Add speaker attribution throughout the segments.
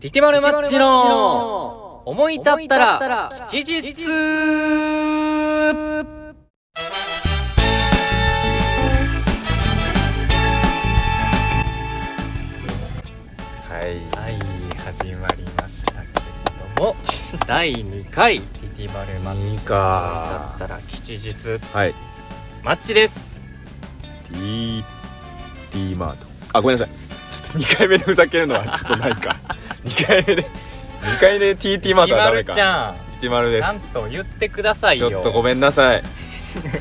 Speaker 1: ティティマルマッチの思い立ったら吉日
Speaker 2: はい、
Speaker 1: はい始まりましたけれども 第2回ティティマルマッ
Speaker 2: いい
Speaker 1: チだっ
Speaker 2: か
Speaker 1: たら吉日
Speaker 2: はい
Speaker 1: マッチです
Speaker 2: T T マートあごめんなさいちょっと2回目でふざけるのはちょっとない か2回目で2回目で TT マートはダ
Speaker 1: ティマル
Speaker 2: メか
Speaker 1: ちゃん
Speaker 2: T マルで
Speaker 1: ちゃ
Speaker 2: す
Speaker 1: んと言ってください
Speaker 2: ち
Speaker 1: よ
Speaker 2: ょっとごめんなさい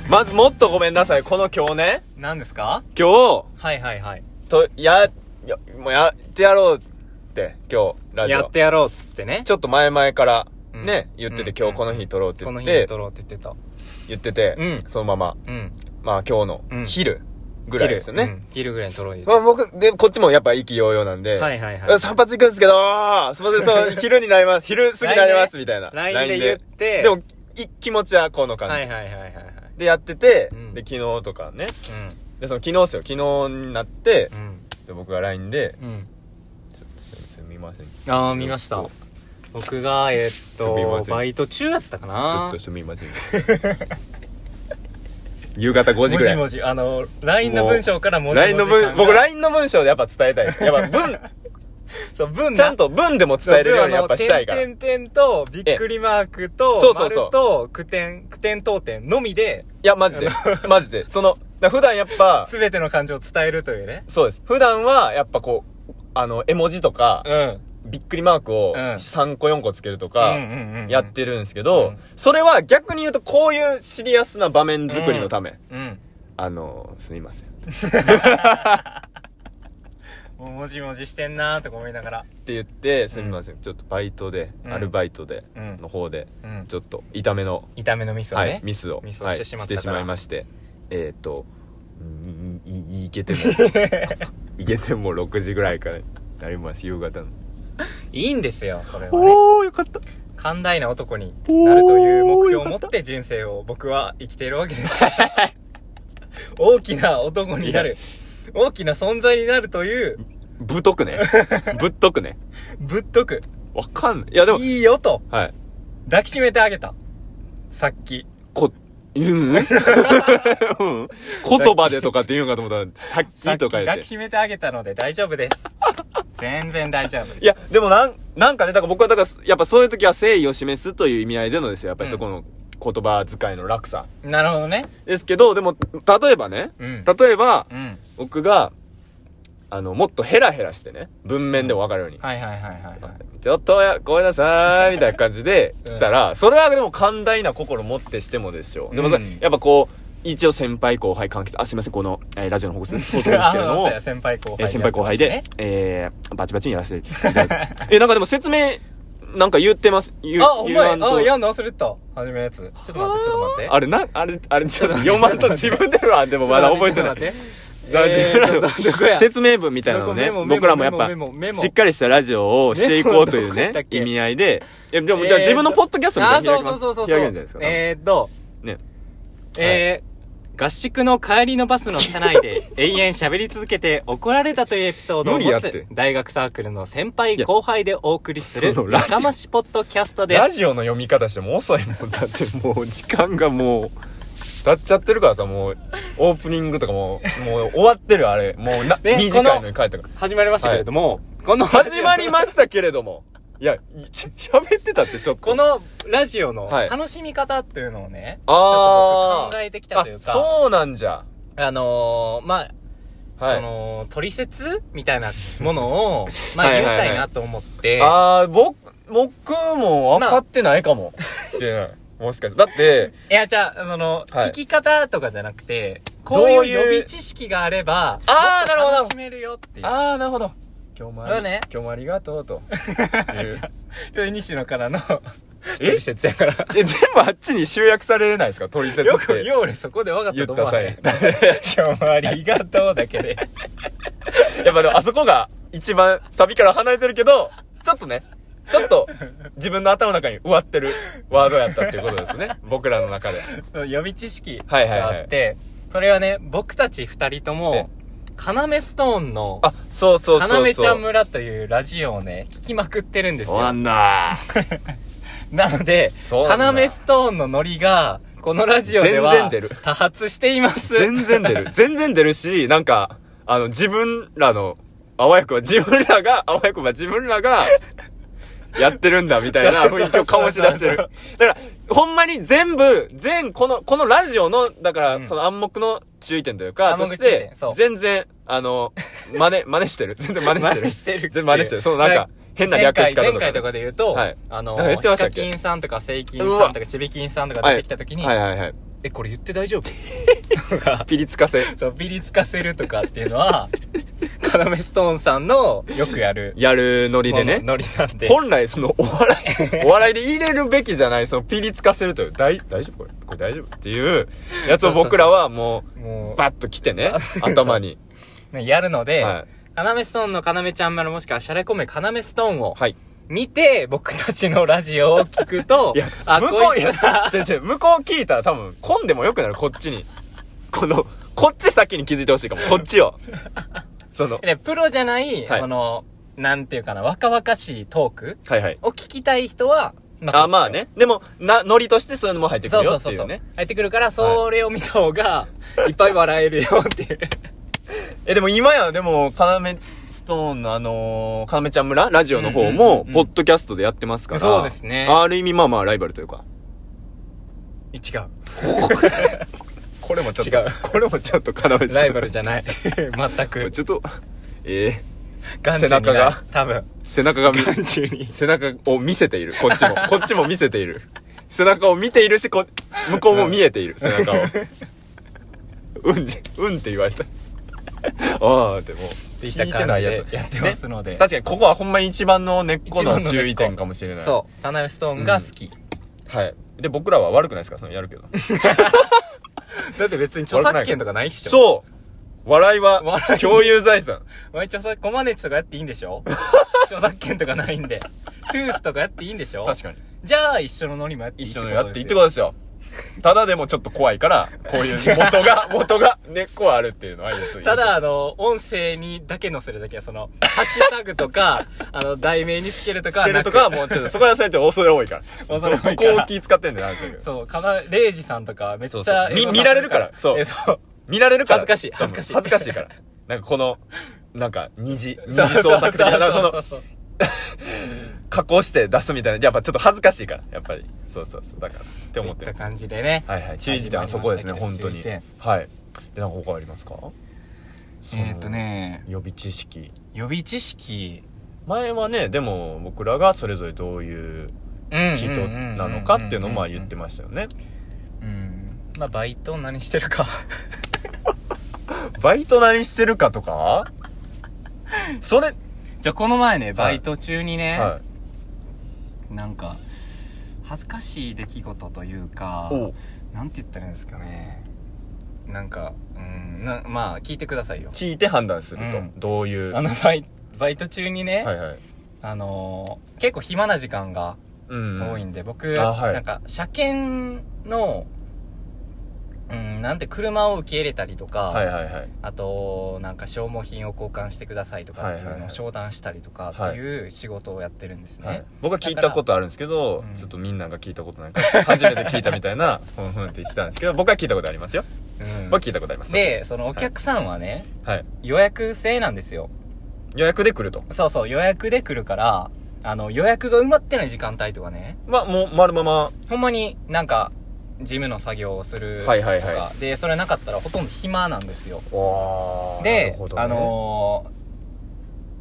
Speaker 2: まずもっとごめんなさいこの今日ね
Speaker 1: 何ですか
Speaker 2: 今日
Speaker 1: はいはいはい
Speaker 2: とややもうやってやろうって今日ラジオ
Speaker 1: やってやろうっつってね
Speaker 2: ちょっと前々からね、
Speaker 1: うん
Speaker 2: 言ってて、
Speaker 1: うん
Speaker 2: 今日この日撮ろうって
Speaker 1: こ
Speaker 2: 言
Speaker 1: の
Speaker 2: っ
Speaker 1: 日
Speaker 2: て
Speaker 1: に撮ろうって言ってた
Speaker 2: 言ってて、
Speaker 1: うん
Speaker 2: そのまま
Speaker 1: うん
Speaker 2: まあ今日
Speaker 1: うん
Speaker 2: の昼ぐらいですよね、
Speaker 1: 昼うん昼ぐらいに撮ろう言って
Speaker 2: まあ僕、で、こっちもやっぱ意気揚々なんで、
Speaker 1: はいはいはい
Speaker 2: うん散髪行くんですけど、すいませ ん、そう、昼になります、昼過ぎになります、みたいな。
Speaker 1: LINE で言って
Speaker 2: でも、い気持ちはこの感じ。
Speaker 1: はいはいはいはいはい
Speaker 2: で、やってて、
Speaker 1: うん
Speaker 2: で、昨日とかね。で、その昨日っすよ、昨日になって
Speaker 1: う、ん
Speaker 2: で僕が LINE で、
Speaker 1: うんうん
Speaker 2: ちょっとすみません。ち
Speaker 1: ああ見ました僕がえーっ
Speaker 2: すみま
Speaker 1: と
Speaker 2: せん
Speaker 1: バイト中やったか
Speaker 2: ょ
Speaker 1: な
Speaker 2: っとすみません。夕方5時ぐらい。
Speaker 1: 文字文字あの LINE の文章から文字
Speaker 2: LINE の文、僕
Speaker 1: LINE
Speaker 2: LINE の文章でやっぱ伝えたい。や っぱ文、
Speaker 1: そう文
Speaker 2: ちゃんと文でも伝えれるようにやっぱしたいから。
Speaker 1: 点点とびっくりマークと
Speaker 2: そうそうそう
Speaker 1: 丸と句点句点当点のみで
Speaker 2: いや、マジで。 マジで。その、だから普段やっぱ、
Speaker 1: 全ての感情を伝えるというね
Speaker 2: そうです。普段は、やっぱこう、あの、絵文字とか、
Speaker 1: うん
Speaker 2: びっくりマークを
Speaker 1: うん
Speaker 2: 3個4個つけると
Speaker 1: う
Speaker 2: か
Speaker 1: んうんうんうん、
Speaker 2: やってるんですけ
Speaker 1: う
Speaker 2: ど
Speaker 1: ん、
Speaker 2: それは逆に言うと、こういうシリアスな場面作りのため。
Speaker 1: うん
Speaker 2: あの、すみません。っ
Speaker 1: もう文字文字してんなーとか思いながら
Speaker 2: て言って、すみません。ちょっとバイトで、
Speaker 1: うん
Speaker 2: アルバイトで、
Speaker 1: うん
Speaker 2: の方で
Speaker 1: うん、
Speaker 2: ちょっと痛めの、
Speaker 1: 痛めのミスをね、
Speaker 2: はい、ミスを、
Speaker 1: ミスを
Speaker 2: はい
Speaker 1: してしまった
Speaker 2: してし
Speaker 1: から
Speaker 2: まいまして、えっと、んいいいけ ても、いけても6時ぐらいからなります、夕方の。
Speaker 1: いいんですよそれはね
Speaker 2: おー、よかった。
Speaker 1: 寛大な男になるという目標を持って人生を僕は生きているわけ です。大きな男になる。大きな存在になるという、
Speaker 2: ぶっ とくね。ぶっとくね。
Speaker 1: ぶっとく。
Speaker 2: わかんない。いや、でも、
Speaker 1: いいよと
Speaker 2: はい。
Speaker 1: 抱きしめてあげた。さっき。
Speaker 2: こ、 うん、うん、言葉でとかって言うんかと思ったら、さっ
Speaker 1: さっき
Speaker 2: きとか言っ
Speaker 1: 抱
Speaker 2: て
Speaker 1: き。しめてあげたので大丈夫 です。全然大丈夫です。
Speaker 2: いや、でもなん、なんかね、だから僕は、だから、やっぱそういう時は誠意を示すという意味合いでのですよ。やっぱりそこの言葉遣いの落差。
Speaker 1: なるほどね。
Speaker 2: ですけど、でも、例えばね、
Speaker 1: うん
Speaker 2: 例えば、
Speaker 1: うん。
Speaker 2: 僕が、あの、もっとヘラヘラしてね、文面でもわかるように。
Speaker 1: はいはいはいはいはい。
Speaker 2: ちょっとや、ごめんなさい、みたいな感じで
Speaker 1: うん
Speaker 2: 来たら、それはでも寛大な心持ってしてもですよ。でもさ、
Speaker 1: うん
Speaker 2: やっぱこう、一応先輩後輩関係あ、すいません、この、えーラジオの放送 です放送ですけれども
Speaker 1: あそうや、先輩後
Speaker 2: え
Speaker 1: 輩、
Speaker 2: ー先輩後輩で、。えーバチバチにやらせてい ただいてえ、なんかでも説明、なんか言ってます、言う
Speaker 1: あ、お
Speaker 2: 言わん
Speaker 1: 前、
Speaker 2: と
Speaker 1: あ、やんの忘れてた。初めのやつ。ちょっと待って、ちょっと待って。
Speaker 2: あれな、あれ、あれ、ちょっと読まんと自分では、でもまだ覚えてない。
Speaker 1: い。
Speaker 2: だ
Speaker 1: えー
Speaker 2: だ
Speaker 1: どこや
Speaker 2: 説明文みたいなのね
Speaker 1: どこメモメモ
Speaker 2: 僕らもやっぱ
Speaker 1: メモメモメモ
Speaker 2: しっかりしたラジオをしていこうという
Speaker 1: メモど
Speaker 2: ね
Speaker 1: こやったっけ
Speaker 2: 意味合いでいやでも
Speaker 1: えー
Speaker 2: じゃあ自分のポッドキャストみたいなの開き
Speaker 1: あ
Speaker 2: ま
Speaker 1: ー
Speaker 2: す
Speaker 1: そうそうそうそう
Speaker 2: 開けるんじゃないですか
Speaker 1: えーっと、
Speaker 2: ね
Speaker 1: えー合宿の帰りのバスの車内で永遠喋り続けて怒られたというエピソードを
Speaker 2: 無理や
Speaker 1: 持
Speaker 2: っ
Speaker 1: つ
Speaker 2: て
Speaker 1: 大学サークルの先輩後輩でお送りする
Speaker 2: そのラジ
Speaker 1: やか
Speaker 2: オ
Speaker 1: ましポッドキャストで
Speaker 2: ラ
Speaker 1: す。
Speaker 2: ジオの読み方しても遅いもんだってもう時間がもう経っちゃってるからさもうオープニングとかも うもう終わってるあれもうな、
Speaker 1: ね
Speaker 2: 短いのに帰ったから
Speaker 1: 始まりましたけれども、この
Speaker 2: 始まりましたけれどもいやし喋ってたってちょっ と
Speaker 1: このラジオの
Speaker 2: はい
Speaker 1: 楽しみ方っていうのをね、ちょっと僕
Speaker 2: あー
Speaker 1: 考えてきたというか、
Speaker 2: あそうなんじゃ
Speaker 1: あのー、まあ、
Speaker 2: はい
Speaker 1: その、取説みたいなも のを、まあ
Speaker 2: は
Speaker 1: 言
Speaker 2: い
Speaker 1: い
Speaker 2: はいはい
Speaker 1: たいなと思って、
Speaker 2: ああ、僕、僕も分かってないかも。しれない。もしかして。だって、
Speaker 1: いや、じゃあ、その、
Speaker 2: はい
Speaker 1: 聞き方とかじゃなくて、
Speaker 2: ど
Speaker 1: こ
Speaker 2: う
Speaker 1: う
Speaker 2: いう
Speaker 1: いう予備知識があれば、
Speaker 2: あ
Speaker 1: もっと
Speaker 2: ーなるほど
Speaker 1: 楽しめるよっていう。ち
Speaker 2: ああ、なるほど。今日も
Speaker 1: だ
Speaker 2: あ
Speaker 1: よ
Speaker 2: り、
Speaker 1: ね
Speaker 2: 今日もありがとうと。 いう
Speaker 1: ょっと西野 からの、
Speaker 2: え
Speaker 1: 取説やから。
Speaker 2: え、全部あっちに集約されないですか取説って。
Speaker 1: よく、よう俺そこで分かっ
Speaker 2: 言った
Speaker 1: と思
Speaker 2: た
Speaker 1: わない
Speaker 2: 際。。
Speaker 1: 今 日もありがとうだけで。
Speaker 2: やっぱでもあそこが一番サビから離れてるけど、ちょっとね、ちょっと自分の頭の中に植わってるワードやったっていうことですね。僕らの中で。
Speaker 1: 予備知識があって、
Speaker 2: はいはいはい
Speaker 1: それはね、僕たち二人と
Speaker 2: ね
Speaker 1: も、カナメストーンの、
Speaker 2: あ、そうそうそうそ
Speaker 1: カ
Speaker 2: う。
Speaker 1: ナメちゃん村というラジオをね、聞きまくってるんです
Speaker 2: おわ
Speaker 1: よ。
Speaker 2: んな
Speaker 1: なので
Speaker 2: そう、な
Speaker 1: カ
Speaker 2: んだ
Speaker 1: ナメストーンのノリが、このラジオでは
Speaker 2: 全然出る、
Speaker 1: 多発しています。
Speaker 2: 全 然出る。全然出るし、なんか、あの、自分らの、あわやくば、自分らが、あわやくば、自分らが、やってるんだ、みたいな雰囲気を醸し出してる。だから、ほんまに全部、全、この、このラジオの、だから、
Speaker 1: うん
Speaker 2: その暗黙の注意点という
Speaker 1: 暗
Speaker 2: か、と
Speaker 1: 黙
Speaker 2: し
Speaker 1: 注意点
Speaker 2: て
Speaker 1: そう、
Speaker 2: 全然、あの、真 似、真似してる。全然真似してる。
Speaker 1: 真似してるっていう
Speaker 2: 全然真似してる。そのなん
Speaker 1: だ
Speaker 2: か
Speaker 1: か、
Speaker 2: 変な略し方とかね。
Speaker 1: 前回前回とかで言うと、
Speaker 2: はい
Speaker 1: あの、
Speaker 2: なんか言ってましたっ
Speaker 1: ヒ
Speaker 2: け
Speaker 1: カキンさんとかセイキンさんとかチビキンさんとか出てきた時に、
Speaker 2: はいはいはい。
Speaker 1: え、これ言って大丈夫とか、
Speaker 2: ピリつかせ。
Speaker 1: そうビリつかせるとかっていうのは、カナメストーンさんのよくやる、
Speaker 2: やるノリでね。
Speaker 1: ノリなんで。
Speaker 2: 本来そのお笑 い、お笑いで入れるべきじゃない、そのピリつかせるという、大、大丈夫これこれ大丈夫っていうやつを僕らはも
Speaker 1: も
Speaker 2: う、バッと来てね、頭に。
Speaker 1: う、ねやるので、
Speaker 2: は
Speaker 1: カナメストーンのカナメちゃんまるもしくはシャレコメカナメストーンを
Speaker 2: い。はい。
Speaker 1: 見て、僕たちのラジオを聞くと
Speaker 2: いや、、
Speaker 1: あ、
Speaker 2: 向
Speaker 1: こ
Speaker 2: こう、
Speaker 1: い
Speaker 2: い
Speaker 1: つ
Speaker 2: や
Speaker 1: ら、、
Speaker 2: 違う違う向こう聞いたら多分、混んでもよくなる、こっちに。この、こっち先に気づいてほしいかも、こっちを。その、
Speaker 1: でプロじゃない、
Speaker 2: はい
Speaker 1: その、なんていうかな、若々しいトーク
Speaker 2: はいはい。
Speaker 1: を聞きたい人は、
Speaker 2: あ、まあ。ね。でも、な、ノリとしてそういうのも入ってく
Speaker 1: そう
Speaker 2: る
Speaker 1: そう
Speaker 2: よって
Speaker 1: そう
Speaker 2: い
Speaker 1: そうう、
Speaker 2: ね。
Speaker 1: 入ってくるから、それを見た方が、いっぱい笑えるよって いう。
Speaker 2: え、でも今や、でも、カナメストーンのあのー、カナメちゃん村ラジオの方
Speaker 1: うんうんうん
Speaker 2: も
Speaker 1: うん、
Speaker 2: ポッドキャストでやってますから。
Speaker 1: そうですね
Speaker 2: ある意味、まあまあ、ライバルというか。
Speaker 1: 違う。
Speaker 2: これもち
Speaker 1: ょっと
Speaker 2: 違う。これもちょっとカナメストーン。
Speaker 1: ライバルじゃ ない。全く。
Speaker 2: ちょっと、え
Speaker 1: 眼中
Speaker 2: 背中
Speaker 1: にない
Speaker 2: が。
Speaker 1: 多分。
Speaker 2: ー、背中が見、
Speaker 1: 眼中に。
Speaker 2: 背中を見せている。こっちも。 こっちも見せている。背中を見ているし、こ、向こうも見えている、背 中を。うんじ、うんって言われた。ああ、でも、
Speaker 1: っていった感じでやってますので。
Speaker 2: 確かにここはほんまに一番の根っこ
Speaker 1: 一番の
Speaker 2: の
Speaker 1: 根っこ
Speaker 2: 注意点かもしれない。
Speaker 1: そう。カナメストーンが好き。
Speaker 2: はい。で、僕らは悪くないですかそのやるけど。
Speaker 1: だって別に
Speaker 2: 著作権
Speaker 1: とかないっしう。
Speaker 2: そう笑い
Speaker 1: 笑
Speaker 2: はい共有財産。
Speaker 1: お前著作、コマネチとかやっていいんでし ょ著作権とかないんで。トゥースとかやっていいんでしょ
Speaker 2: 確かに。
Speaker 1: じゃあ一緒のノリもやっていい
Speaker 2: 一
Speaker 1: て
Speaker 2: 緒
Speaker 1: こと
Speaker 2: に
Speaker 1: ですよ
Speaker 2: やっていいってことですよ。ただでもちょっと怖いから、こういう 元が、元が、根っこはあるっていうのは言うといい
Speaker 1: ただ、あ、の、音声にだけ 載せるだけは、その、ハッシュタグとか、あの、題名につけるとか
Speaker 2: つ
Speaker 1: は
Speaker 2: ける
Speaker 1: なく。
Speaker 2: とかはもうちょっと、そこら辺はちょっと恐れ多いから。
Speaker 1: 恐れ多いから
Speaker 2: どこを気使ってんだよ、話だけど
Speaker 1: そう、かな、レイジさんとか、めっち
Speaker 2: そうそ
Speaker 1: ゃエ
Speaker 2: う
Speaker 1: ゴサする、
Speaker 2: み見られるからそう
Speaker 1: えそう。
Speaker 2: 見られるから。
Speaker 1: 恥ずかしい
Speaker 2: 多
Speaker 1: 恥
Speaker 2: 分
Speaker 1: ずかしい
Speaker 2: 恥ずかしい から。なんかこの、なんか、二次、二
Speaker 1: そう
Speaker 2: 次創作的な、なんか
Speaker 1: そう
Speaker 2: そ
Speaker 1: そ
Speaker 2: の
Speaker 1: う、そう
Speaker 2: 加工して出すみたいな、やっぱちょっと恥ずかしいから、やっぱり。そうそうそう、だから、って思っ
Speaker 1: と
Speaker 2: て
Speaker 1: いっ
Speaker 2: る
Speaker 1: た。感じでね。
Speaker 2: はいはい。注意事点はそこですね、本当に
Speaker 1: 注意点。
Speaker 2: はい。で、なんか他ありますか
Speaker 1: えっと。ね
Speaker 2: そ、の予備知識。
Speaker 1: 予備知識、
Speaker 2: 前はね、でも僕らがそれぞれどういう人なのかっていうのをまあ言って
Speaker 1: ま
Speaker 2: ましたよね。
Speaker 1: す。うん。まあ、バイト何してるか。
Speaker 2: バイト何してるかとかそれ、
Speaker 1: じゃあ、この前ね、バイト中にね、
Speaker 2: は
Speaker 1: なんか、恥ずかしい出来事というか、
Speaker 2: い。お
Speaker 1: なんて言ったらいいんですかねなんかうんなまあ聞いてくださいよ
Speaker 2: 聞いて判断すると。
Speaker 1: うん
Speaker 2: どういう。
Speaker 1: あのバイバイト中にね、
Speaker 2: はいはい。
Speaker 1: あのー結構暇な時間が
Speaker 2: うん。
Speaker 1: 多いんで、僕、
Speaker 2: あはい
Speaker 1: なんか車検のうんなんて車を受け入れたりとか、
Speaker 2: はいはいはい。
Speaker 1: あとなんか消耗品を交換してくださいとかっていう
Speaker 2: はいはい
Speaker 1: の
Speaker 2: は
Speaker 1: を
Speaker 2: い
Speaker 1: 商談したりとかっていう仕事をやってるんですね、
Speaker 2: はい、僕は聞いたことあるんですけど
Speaker 1: だから、
Speaker 2: ちょっとみんなが聞いたことないから、初めて聞いたみた いな、ふんふんって言ってたんですけど、僕は聞いたことありますよ。
Speaker 1: うん
Speaker 2: 僕は聞いたことあります。
Speaker 1: でそのお客さんはね、
Speaker 2: はい。
Speaker 1: 予約制なんですよ
Speaker 2: 予約で来ると。
Speaker 1: そうそう、予約で来るから、あの、予約が埋まってない時間帯とかね、
Speaker 2: まあ、もう、丸まま、
Speaker 1: ほんまになんか、事務の作業をするとか、
Speaker 2: はいはいは
Speaker 1: で、それなかったらほとんど暇なんですよ。
Speaker 2: わーな
Speaker 1: で
Speaker 2: る、ほどね
Speaker 1: あの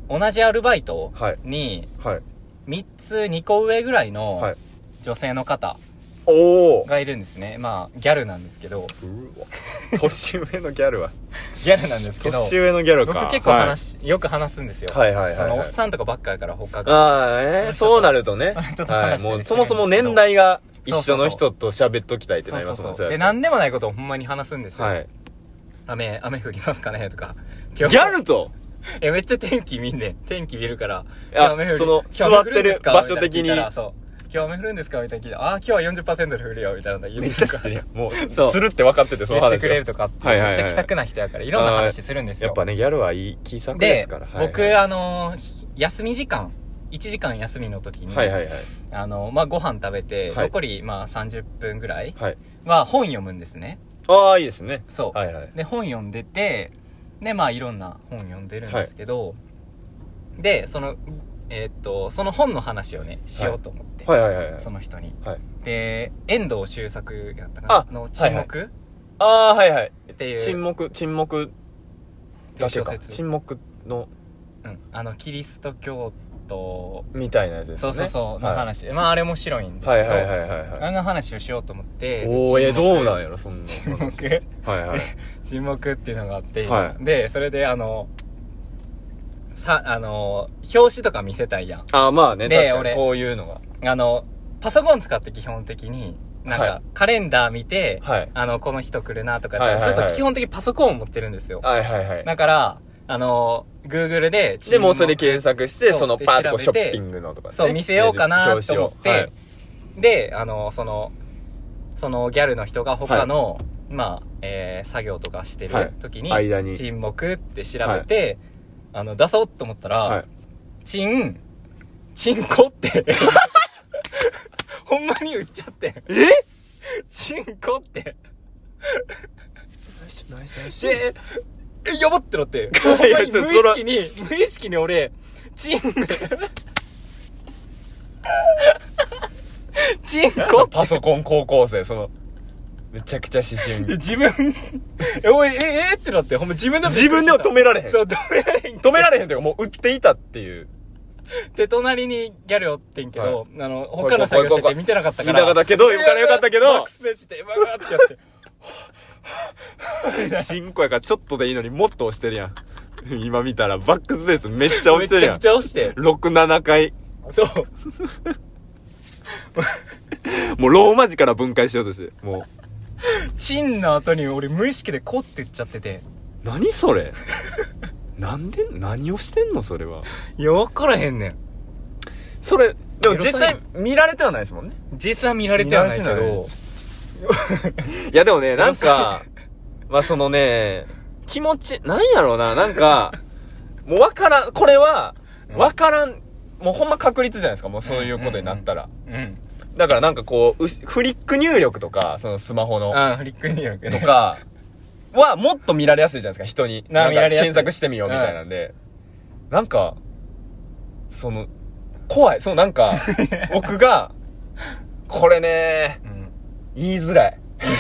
Speaker 1: ー同じアルバイト
Speaker 2: はい
Speaker 1: に、
Speaker 2: はい
Speaker 1: 3つ2個上ぐらいの
Speaker 2: はい
Speaker 1: 女性の方
Speaker 2: おお
Speaker 1: がいるんですね。まあ、ギャルなんですけど、
Speaker 2: 年上のギャルは
Speaker 1: ギャルなんですけど、
Speaker 2: 年上のギャル
Speaker 1: 僕
Speaker 2: か
Speaker 1: 結構話、よく話すんですよ。
Speaker 2: はいはいはい
Speaker 1: あ
Speaker 2: はい
Speaker 1: のおっさんとかばっかやから他が。
Speaker 2: ああえーそうなる とね
Speaker 1: その人と
Speaker 2: は
Speaker 1: 話
Speaker 2: い
Speaker 1: した
Speaker 2: も
Speaker 1: り
Speaker 2: う
Speaker 1: す
Speaker 2: そ
Speaker 1: るんですけ
Speaker 2: も
Speaker 1: ど
Speaker 2: そも年代が一緒の人と喋っときたいって
Speaker 1: そ
Speaker 2: な
Speaker 1: う
Speaker 2: り
Speaker 1: そ
Speaker 2: ま
Speaker 1: う
Speaker 2: す
Speaker 1: そ
Speaker 2: もん
Speaker 1: う。で、
Speaker 2: れ
Speaker 1: 何でもないことをほんまに話すんですよ。
Speaker 2: はい
Speaker 1: 雨、雨降りますかねと か。ギ
Speaker 2: ギャルと
Speaker 1: え、めっちゃ天気見んねん。天気見るから。
Speaker 2: あ
Speaker 1: 今日雨降り
Speaker 2: その
Speaker 1: 今日雨降
Speaker 2: 座ってる
Speaker 1: んですか
Speaker 2: 場所的に
Speaker 1: みたいな聞いたらそう。今日雨降るんですかみたいな聞いて、ああ、今日は40%で降るよ、みたいなの言う
Speaker 2: めっちゃ知ってるやん。も
Speaker 1: そう
Speaker 2: う、するって分かってて、その
Speaker 1: 言って
Speaker 2: 話
Speaker 1: く
Speaker 2: を。
Speaker 1: れるとかって、
Speaker 2: はいはいはい
Speaker 1: めっちゃ気さくな人やから、いろんな話するんですよ。
Speaker 2: やっぱね、ギャルはいい気さくで
Speaker 1: で、
Speaker 2: すから。
Speaker 1: 僕、
Speaker 2: はい
Speaker 1: あのー休み時間、1時間休みの時に、
Speaker 2: はいはいはい。
Speaker 1: あのーまあ、ご飯食べて、
Speaker 2: はい
Speaker 1: 残り、まあ、30分ぐらい
Speaker 2: はい。
Speaker 1: は本読むんですね。
Speaker 2: ああ、いいですね。
Speaker 1: そう。
Speaker 2: はいはい。
Speaker 1: で、本読んでて、で、まあ、いろんな本読んでるんですけど、で、その、えーっと、その本の話をね、しようと思って、
Speaker 2: はいはいはいはい
Speaker 1: そ。の人に。
Speaker 2: はい。
Speaker 1: で、遠藤周作やったか
Speaker 2: あ
Speaker 1: なの沈黙、
Speaker 2: ああ、はいはい。
Speaker 1: っていう
Speaker 2: 沈黙、沈黙だけ
Speaker 1: 小
Speaker 2: か。
Speaker 1: 説
Speaker 2: 沈黙の、
Speaker 1: うん、あの、キリスト教徒、
Speaker 2: みたいなやつです
Speaker 1: そ
Speaker 2: ね。
Speaker 1: うそうそう、の
Speaker 2: はい
Speaker 1: 話。まあ、あれ面白いんですけど、
Speaker 2: はいはいはい
Speaker 1: あ
Speaker 2: はい。
Speaker 1: れの話をしようと思って、
Speaker 2: おー、え、どうなん
Speaker 1: よ
Speaker 2: やろ、そんな。
Speaker 1: 沈黙
Speaker 2: はいはい。
Speaker 1: 沈黙っていうのがあって、
Speaker 2: はい
Speaker 1: で、それで、あの、さ、あの、表紙とか見せたいやん。
Speaker 2: ああ、まあね、
Speaker 1: で
Speaker 2: 確かに
Speaker 1: 俺
Speaker 2: こういうのが。
Speaker 1: あの、パソコン使って基本的に、なんか、
Speaker 2: はい
Speaker 1: カレンダー見て、
Speaker 2: はい。
Speaker 1: あの、この人来るなとかって、
Speaker 2: はいはいはい
Speaker 1: ずっと基本的にパソコンを持ってるんですよ。
Speaker 2: はいはいはい。
Speaker 1: だから、あの、Google で、
Speaker 2: で、もうそれで検索して、
Speaker 1: そう
Speaker 2: その
Speaker 1: で
Speaker 2: パーッとこうシ
Speaker 1: 調
Speaker 2: ョ
Speaker 1: べて
Speaker 2: ッピングのとかね
Speaker 1: そう、見せようかなと思っ
Speaker 2: 表紙をは
Speaker 1: て
Speaker 2: い、
Speaker 1: で、あの、その、そのギャルの人が他の、まあ、えー作業とかして
Speaker 2: はい
Speaker 1: る時に、
Speaker 2: 間に
Speaker 1: 沈黙って調べて、あの、出そうと思ったら、
Speaker 2: はい。
Speaker 1: チン、チンコって。ほんまに売っちゃって。えチンコって。で、え、やばって なって。ほんまに
Speaker 2: そ
Speaker 1: 無
Speaker 2: れ
Speaker 1: 意識に、無意識に俺、チン、 チンコって
Speaker 2: パソコン高校生、その、めちゃくちゃ思春
Speaker 1: 自
Speaker 2: 期。
Speaker 1: 分、え、おい、え、えってなって、ほんま自分でもびっ
Speaker 2: 自
Speaker 1: くりし
Speaker 2: 分で
Speaker 1: た
Speaker 2: は止められへん。
Speaker 1: そう、
Speaker 2: 止
Speaker 1: 止められん
Speaker 2: められへんというか、もう売っていたっていう。
Speaker 1: で、隣にギャルおってんけど、あの、他の作業してて見てなかったから。
Speaker 2: 見なかったけど
Speaker 1: いや
Speaker 2: 見たらよかったけど
Speaker 1: バックスページで、バーってやって。
Speaker 2: チンコやからちょっとでいいのにもっと押してるやん。今見たら、バックスペースめっちゃ押
Speaker 1: め
Speaker 2: してる
Speaker 1: ち
Speaker 2: や
Speaker 1: ゃ
Speaker 2: ん
Speaker 1: くち。ゃ押して。
Speaker 2: 6、7回。
Speaker 1: そう。
Speaker 2: もうローマ字から分解しようとして。もう、
Speaker 1: チンの後に俺無意識でコって言っちゃってて。
Speaker 2: 何それなんで、何をしてんのそれは。
Speaker 1: いや、わからへんねん。
Speaker 2: それ、でも
Speaker 1: エロサイ
Speaker 2: 実際見られてはないですもんね。
Speaker 1: 実際見られてはないけ
Speaker 2: 見られて
Speaker 1: ど。
Speaker 2: いやでもね、なん
Speaker 1: エロ
Speaker 2: か、まあそのね、気持ち、なんやろうな、なんか、もうわからん、これは、
Speaker 1: うん
Speaker 2: わからん、もうほんま確率じゃないですか、もうそういうことになったら。
Speaker 1: うん。
Speaker 2: だからなんかこううし、フリック入力とか、そのスマホの、
Speaker 1: あ、フリック入力
Speaker 2: と
Speaker 1: ね。
Speaker 2: か、はもっと見られやすいじゃないですか、人に。
Speaker 1: な
Speaker 2: なん
Speaker 1: 見
Speaker 2: から
Speaker 1: れやすい
Speaker 2: 検索してみようみたいなんで。なんか、その、怖い。そう、な んか、僕が、これね、
Speaker 1: うん。
Speaker 2: 言いづらい。言い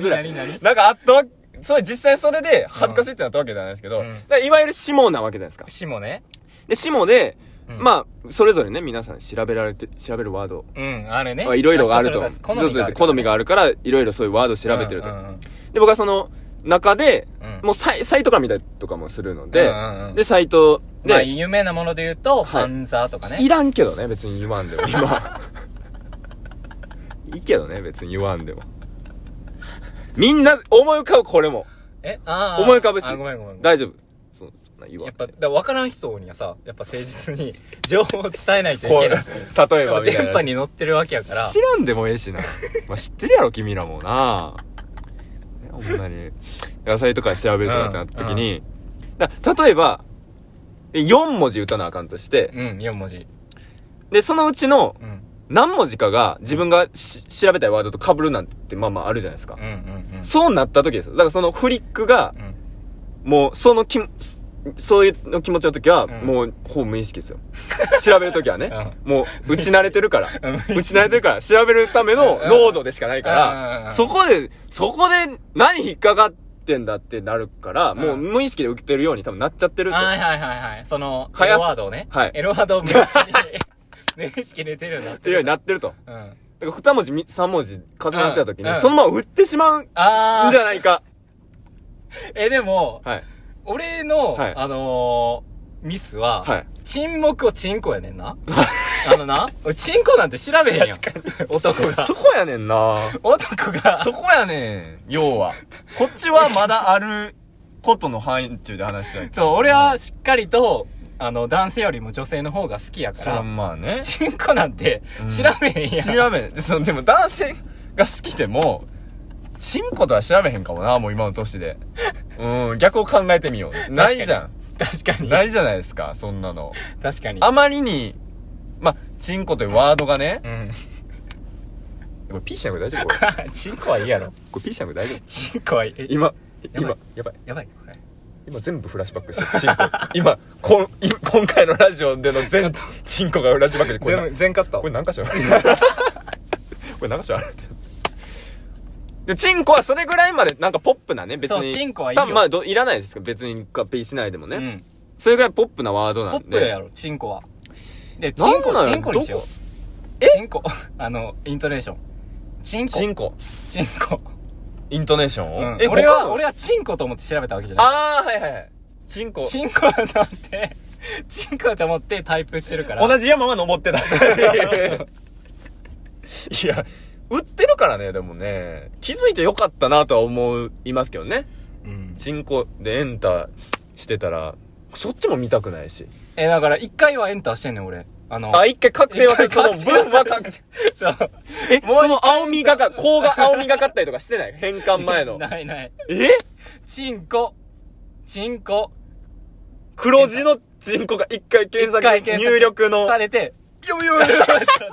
Speaker 2: づらい。
Speaker 1: 何何
Speaker 2: なんかあったわけ、そう、実際それで恥ずかしいってなったわけじゃないですけど、
Speaker 1: うん
Speaker 2: だからいわゆるシモなわけじゃないですか。
Speaker 1: 死もね。
Speaker 2: で、シモで、
Speaker 1: うん
Speaker 2: まあ、それぞれね、皆さん調べられて、調べるワード、
Speaker 1: うん、あれね
Speaker 2: まあ。いろいろがあると。
Speaker 1: 人それぞれ
Speaker 2: 人それぞれ好みが
Speaker 1: あ
Speaker 2: あるから、いろいろそういうワード
Speaker 1: るから
Speaker 2: 調べてると。
Speaker 1: うんうん
Speaker 2: で、僕はその中で、
Speaker 1: うん
Speaker 2: もうサイサイトから見たりとかもするので、
Speaker 1: うんうんうん
Speaker 2: で、サイトで、
Speaker 1: まあ、有名なもので言うと、フ
Speaker 2: はい
Speaker 1: ァンザーとかね。
Speaker 2: いらんけどね、別に言わんでも、今。いいけどね、別に言わんでも。みんな思い浮かぶ、これも。
Speaker 1: えああ。
Speaker 2: 思い浮かぶし
Speaker 1: あごめんごめんごめん。
Speaker 2: 大丈夫。そうそんな言わ
Speaker 1: や
Speaker 2: ん
Speaker 1: っ。ぱ、だから分からん人にはさ、やっぱ誠実に情報を伝えないとい
Speaker 2: こう、
Speaker 1: け
Speaker 2: 例
Speaker 1: ない。や
Speaker 2: え
Speaker 1: っ
Speaker 2: ば
Speaker 1: ぱ
Speaker 2: みたい
Speaker 1: 電波
Speaker 2: な。
Speaker 1: に乗ってるわけやから。
Speaker 2: 知らんでもええしな。まあ、知ってるやろ、君らもな。ねほんまに。野菜とか調べるとかってなった時に、だ例えば、4文字打たなあかんとして、
Speaker 1: うん、4文字。
Speaker 2: で、そのうちの
Speaker 1: うん。
Speaker 2: 何文字かが自分がし調べたいワードと被るなんてまあまああるじゃないですか
Speaker 1: うん。うん
Speaker 2: そうなった時ですよ。だからそのフリックが
Speaker 1: うん。う、ん。
Speaker 2: もうその気も、そういうの気持ちの時は、
Speaker 1: うん
Speaker 2: もうほぼ無意識ですよ。調べる時 はね、もう打ち慣れてるから、
Speaker 1: うん 無意識
Speaker 2: 打ち慣れてるから、調べるためのロードでしかないか
Speaker 1: うんうんうん
Speaker 2: ら、そこで、そこで何引っかかってんだってなるから、もう無意識で受けてるように多分なっちゃってると。
Speaker 1: はいはいはいはい。その、エ
Speaker 2: 早さ
Speaker 1: ロワードをね。
Speaker 2: はい
Speaker 1: エロワードを無意識に、無意識に出てるようになっ
Speaker 2: ってていうよ
Speaker 1: る。
Speaker 2: う になってると。
Speaker 1: うん。あ
Speaker 2: だから二文字、み三文字重なってた時
Speaker 1: うんう
Speaker 2: に、
Speaker 1: ん
Speaker 2: そのまま打ってしまうん
Speaker 1: あ
Speaker 2: じゃないか。
Speaker 1: え、でも、
Speaker 2: はい。
Speaker 1: 俺の、
Speaker 2: はい
Speaker 1: あのー、ミスは、
Speaker 2: はい
Speaker 1: 沈黙をチンコやねん な。あのな、俺チンコなんて調べへんやん。男が
Speaker 2: そ。こやねんな
Speaker 1: 男が、
Speaker 2: そこやねん、要は。こっちはまだあることの範疇で話しちゃう。
Speaker 1: そう、俺はしっかりと、あの、男性よりも女性の方が好きやか
Speaker 2: そら
Speaker 1: ら、
Speaker 2: まあね。
Speaker 1: チンコなんて調べへんやん。
Speaker 2: 調べん。でそのでも男性が好きでも、チンコとは調べへんかもな、もう今の年で。うん、逆を考えてみよう。ないじゃ
Speaker 1: 確か
Speaker 2: ん。
Speaker 1: に。
Speaker 2: ないじゃないですか、そんなの。
Speaker 1: 確かに。
Speaker 2: あまりに、まあ、チンコというワードがね
Speaker 1: う、ん。
Speaker 2: これピーしなくて大丈夫こ れ。
Speaker 1: チンコはいいやろ。
Speaker 2: これピーしなくて大丈夫
Speaker 1: チンコはいい。え
Speaker 2: 今、
Speaker 1: ばい
Speaker 2: 今、やばい。
Speaker 1: やばい、これ。
Speaker 2: 今全部フラッシュバックしてる、チンコ。今、こん、今今回のラジオでの全、チンコがフラッシュバックで、これな、
Speaker 1: 全部、全カット。
Speaker 2: これ何箇所 あるこれ何箇所あるって。で、チンコはそれぐらいまで、なんかポップなね、別
Speaker 1: そう
Speaker 2: に。
Speaker 1: チンコはいいよ
Speaker 2: 多分まあど、いらないですけど、別に合併しないでもね、
Speaker 1: うん。
Speaker 2: それぐらいポップなワード
Speaker 1: ポ
Speaker 2: なんで。
Speaker 1: ップやろ、チンコは。で、チ
Speaker 2: なん
Speaker 1: ン
Speaker 2: な
Speaker 1: コ、
Speaker 2: の
Speaker 1: チンコにしよ
Speaker 2: どこ
Speaker 1: う。チンコ。 あの、イントネーション。チンコ。
Speaker 2: チンコ。
Speaker 1: チンコ。
Speaker 2: イントネーションを、
Speaker 1: うん俺
Speaker 2: 他
Speaker 1: は、
Speaker 2: の
Speaker 1: 俺はチンコと思って調べたわけじゃない。
Speaker 2: あー、はいはいはい。チンコ。
Speaker 1: チンコだと思って、 チンコだと思ってタイプしてるから。
Speaker 2: 同じ山は登って た。いや、売ってるからね、でもね。気づいてよかったなとは思いますけどね。
Speaker 1: うん。
Speaker 2: チンコでエンターしてたら、そっちも見たくないし。
Speaker 1: え、だから、一回はエンターしてんねん、俺。あの、
Speaker 2: あ、一回確定はせ
Speaker 1: 一
Speaker 2: そ
Speaker 1: 回
Speaker 2: の
Speaker 1: 確定は
Speaker 2: 分は確定。
Speaker 1: そう。
Speaker 2: え、その青み がか、こうが青みがかったりとかしてない変換前 の。
Speaker 1: ないない。
Speaker 2: え
Speaker 1: チンコ。チンコ。
Speaker 2: 黒字のチンコが一回検
Speaker 1: 一回
Speaker 2: 索、
Speaker 1: 検索
Speaker 2: 入力の
Speaker 1: さ。れて、よよよ よ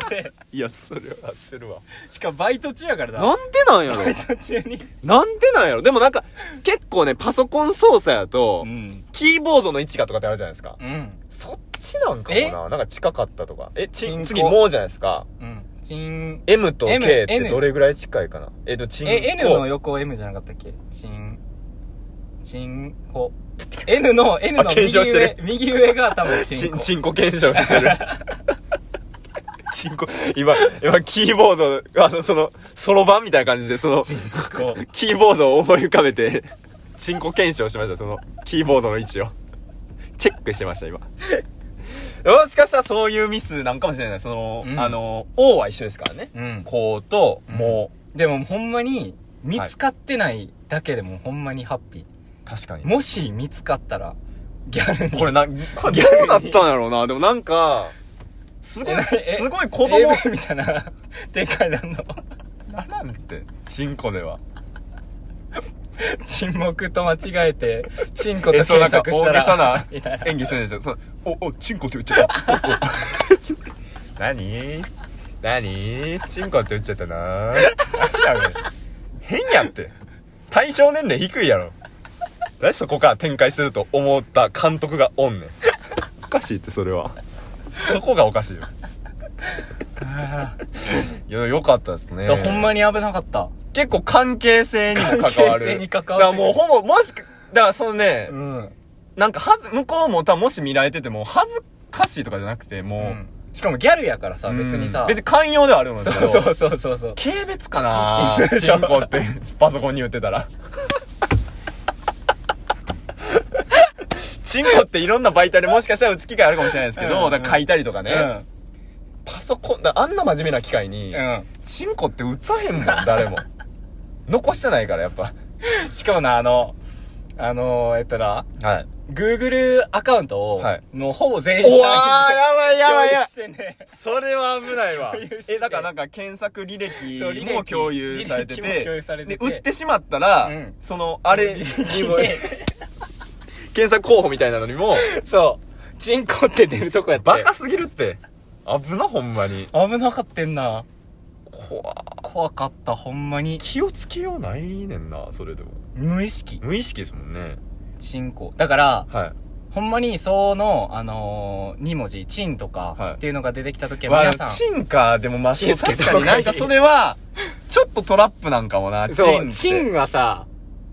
Speaker 1: って。
Speaker 2: いや、それは焦るわ。
Speaker 1: しかもバイト中やからだ。
Speaker 2: なんでなん やろ
Speaker 1: バイト中に。
Speaker 2: なんでなんやろでもなんか、結構ね、パソコン操作やと、
Speaker 1: ん。
Speaker 2: キーボードの位置がとかってあるじゃないですか。
Speaker 1: うん。
Speaker 2: そっちなんか
Speaker 1: え
Speaker 2: もななんか近かったとか。え、ち
Speaker 1: チンコ
Speaker 2: 次、もうじゃないですか。
Speaker 1: うん。チン。
Speaker 2: M と K
Speaker 1: M
Speaker 2: って
Speaker 1: N
Speaker 2: どれぐらい近いかなえっと、チンコ。
Speaker 1: え、N の横 M じゃなかったっけチン。チンコ。N の、N の
Speaker 2: あ検
Speaker 1: 右
Speaker 2: 証して
Speaker 1: 上
Speaker 2: る、
Speaker 1: 右上が多分チ
Speaker 2: チ
Speaker 1: ン
Speaker 2: ン
Speaker 1: コ。
Speaker 2: チンコ検証してる。 チンコ、今、今、キーボード、あの、その、そろばんみたいな感じで、その、
Speaker 1: チンコ。
Speaker 2: キーボードを思い浮かべて、チンコ検証しました、その、キーボードの位置を。チェックしてました、今。 もしかしたらそういうミスなんかもしれない。その、
Speaker 1: うん
Speaker 2: あの、O は一緒ですからね。
Speaker 1: うん。
Speaker 2: こうと、
Speaker 1: うん
Speaker 2: も
Speaker 1: でもほんまに、見つかってないだけでもほんまにハッピ
Speaker 2: う。確か
Speaker 1: ー。。もし見つかったら、ギャルに。
Speaker 2: これな、これどうだったんやろうな。でもなんか、すごい
Speaker 1: え、え
Speaker 2: すごい
Speaker 1: 子
Speaker 2: 子 供。
Speaker 1: 供みたいな展開なんの。
Speaker 2: ならんって、チンコでは。
Speaker 1: 沈黙と間違えて、チンコと
Speaker 2: え、そう、な
Speaker 1: 検
Speaker 2: んか
Speaker 1: 索し
Speaker 2: 大
Speaker 1: たら。
Speaker 2: げさ な
Speaker 1: みたいな。
Speaker 2: 演技するでしょ。そうお、お、チンコって打っちゃった。おお 何何チンコって打っちゃったな。 何やろ変やって。対象年齢低いやろ。何そこから展開すると思った監督がおんねん。おかしいって、それは。そこがおかしいよ。い や、良かったですね。
Speaker 1: だからほんまに危なかった。
Speaker 2: 結構関係性にも関わる。
Speaker 1: 関係性に関わる
Speaker 2: だからもうほぼ、もしく、だからそのね、
Speaker 1: ん。
Speaker 2: なんかはず、向こうも多分もし見られてても、恥ずかしいとかじゃなくて、もう、
Speaker 1: しかもギャルやからさ、
Speaker 2: うん
Speaker 1: 別にさ。
Speaker 2: 別に寛容ではあるんですけ
Speaker 1: そ
Speaker 2: ど。
Speaker 1: うそうそうそう そう。
Speaker 2: 軽蔑かなチンコ って、パソコンに言ってたら。 チンコっていろんな媒体でもしかしたら打つ機会あるかもしれないですけど、
Speaker 1: うんうん
Speaker 2: だから書いたりとか
Speaker 1: う
Speaker 2: ね。
Speaker 1: ん。
Speaker 2: パソコン、だあんな真面目な機械に、
Speaker 1: う
Speaker 2: チンコって打たへんのよ、誰も。残してないから、やっぱ。
Speaker 1: ん。しかもな、あの、あの、えっとな、
Speaker 2: はい。
Speaker 1: Google アカウントを、
Speaker 2: はい
Speaker 1: もうほぼ全員
Speaker 2: お
Speaker 1: 社員
Speaker 2: わー、やばいやばいやばい
Speaker 1: 共有してね。
Speaker 2: それは危ないわ
Speaker 1: 共有して
Speaker 2: えだからなんか検索履
Speaker 1: そう履
Speaker 2: 歴
Speaker 1: 歴
Speaker 2: も共有されて
Speaker 1: 履歴
Speaker 2: て
Speaker 1: も共有されてて
Speaker 2: で売ってしまったら、
Speaker 1: うん
Speaker 2: そのあれにも
Speaker 1: ね
Speaker 2: 検索候補みたいなのにも
Speaker 1: そう。チンコって出るとこやって。
Speaker 2: バカすぎるって危なほんまに
Speaker 1: 危なかったんな。
Speaker 2: 怖
Speaker 1: 怖かった、ほんまに。
Speaker 2: 気をつけようないねんなそれでも
Speaker 1: 無意識。
Speaker 2: 無意識ですもんね
Speaker 1: チンコ。だから、
Speaker 2: は
Speaker 1: ほんまに、その、あのー、2文字、チンとか
Speaker 2: はい、
Speaker 1: っていうのが出てきたとき
Speaker 2: い
Speaker 1: は、
Speaker 2: ま
Speaker 1: 皆
Speaker 2: あ
Speaker 1: さん、
Speaker 2: チンかでもまあ
Speaker 1: 気
Speaker 2: そ
Speaker 1: を
Speaker 2: う
Speaker 1: つけ
Speaker 2: 確
Speaker 1: た
Speaker 2: か
Speaker 1: 方がいい
Speaker 2: になんかそれはちょっとトラップなんかもなチ
Speaker 1: そう
Speaker 2: ンって
Speaker 1: チンはさ、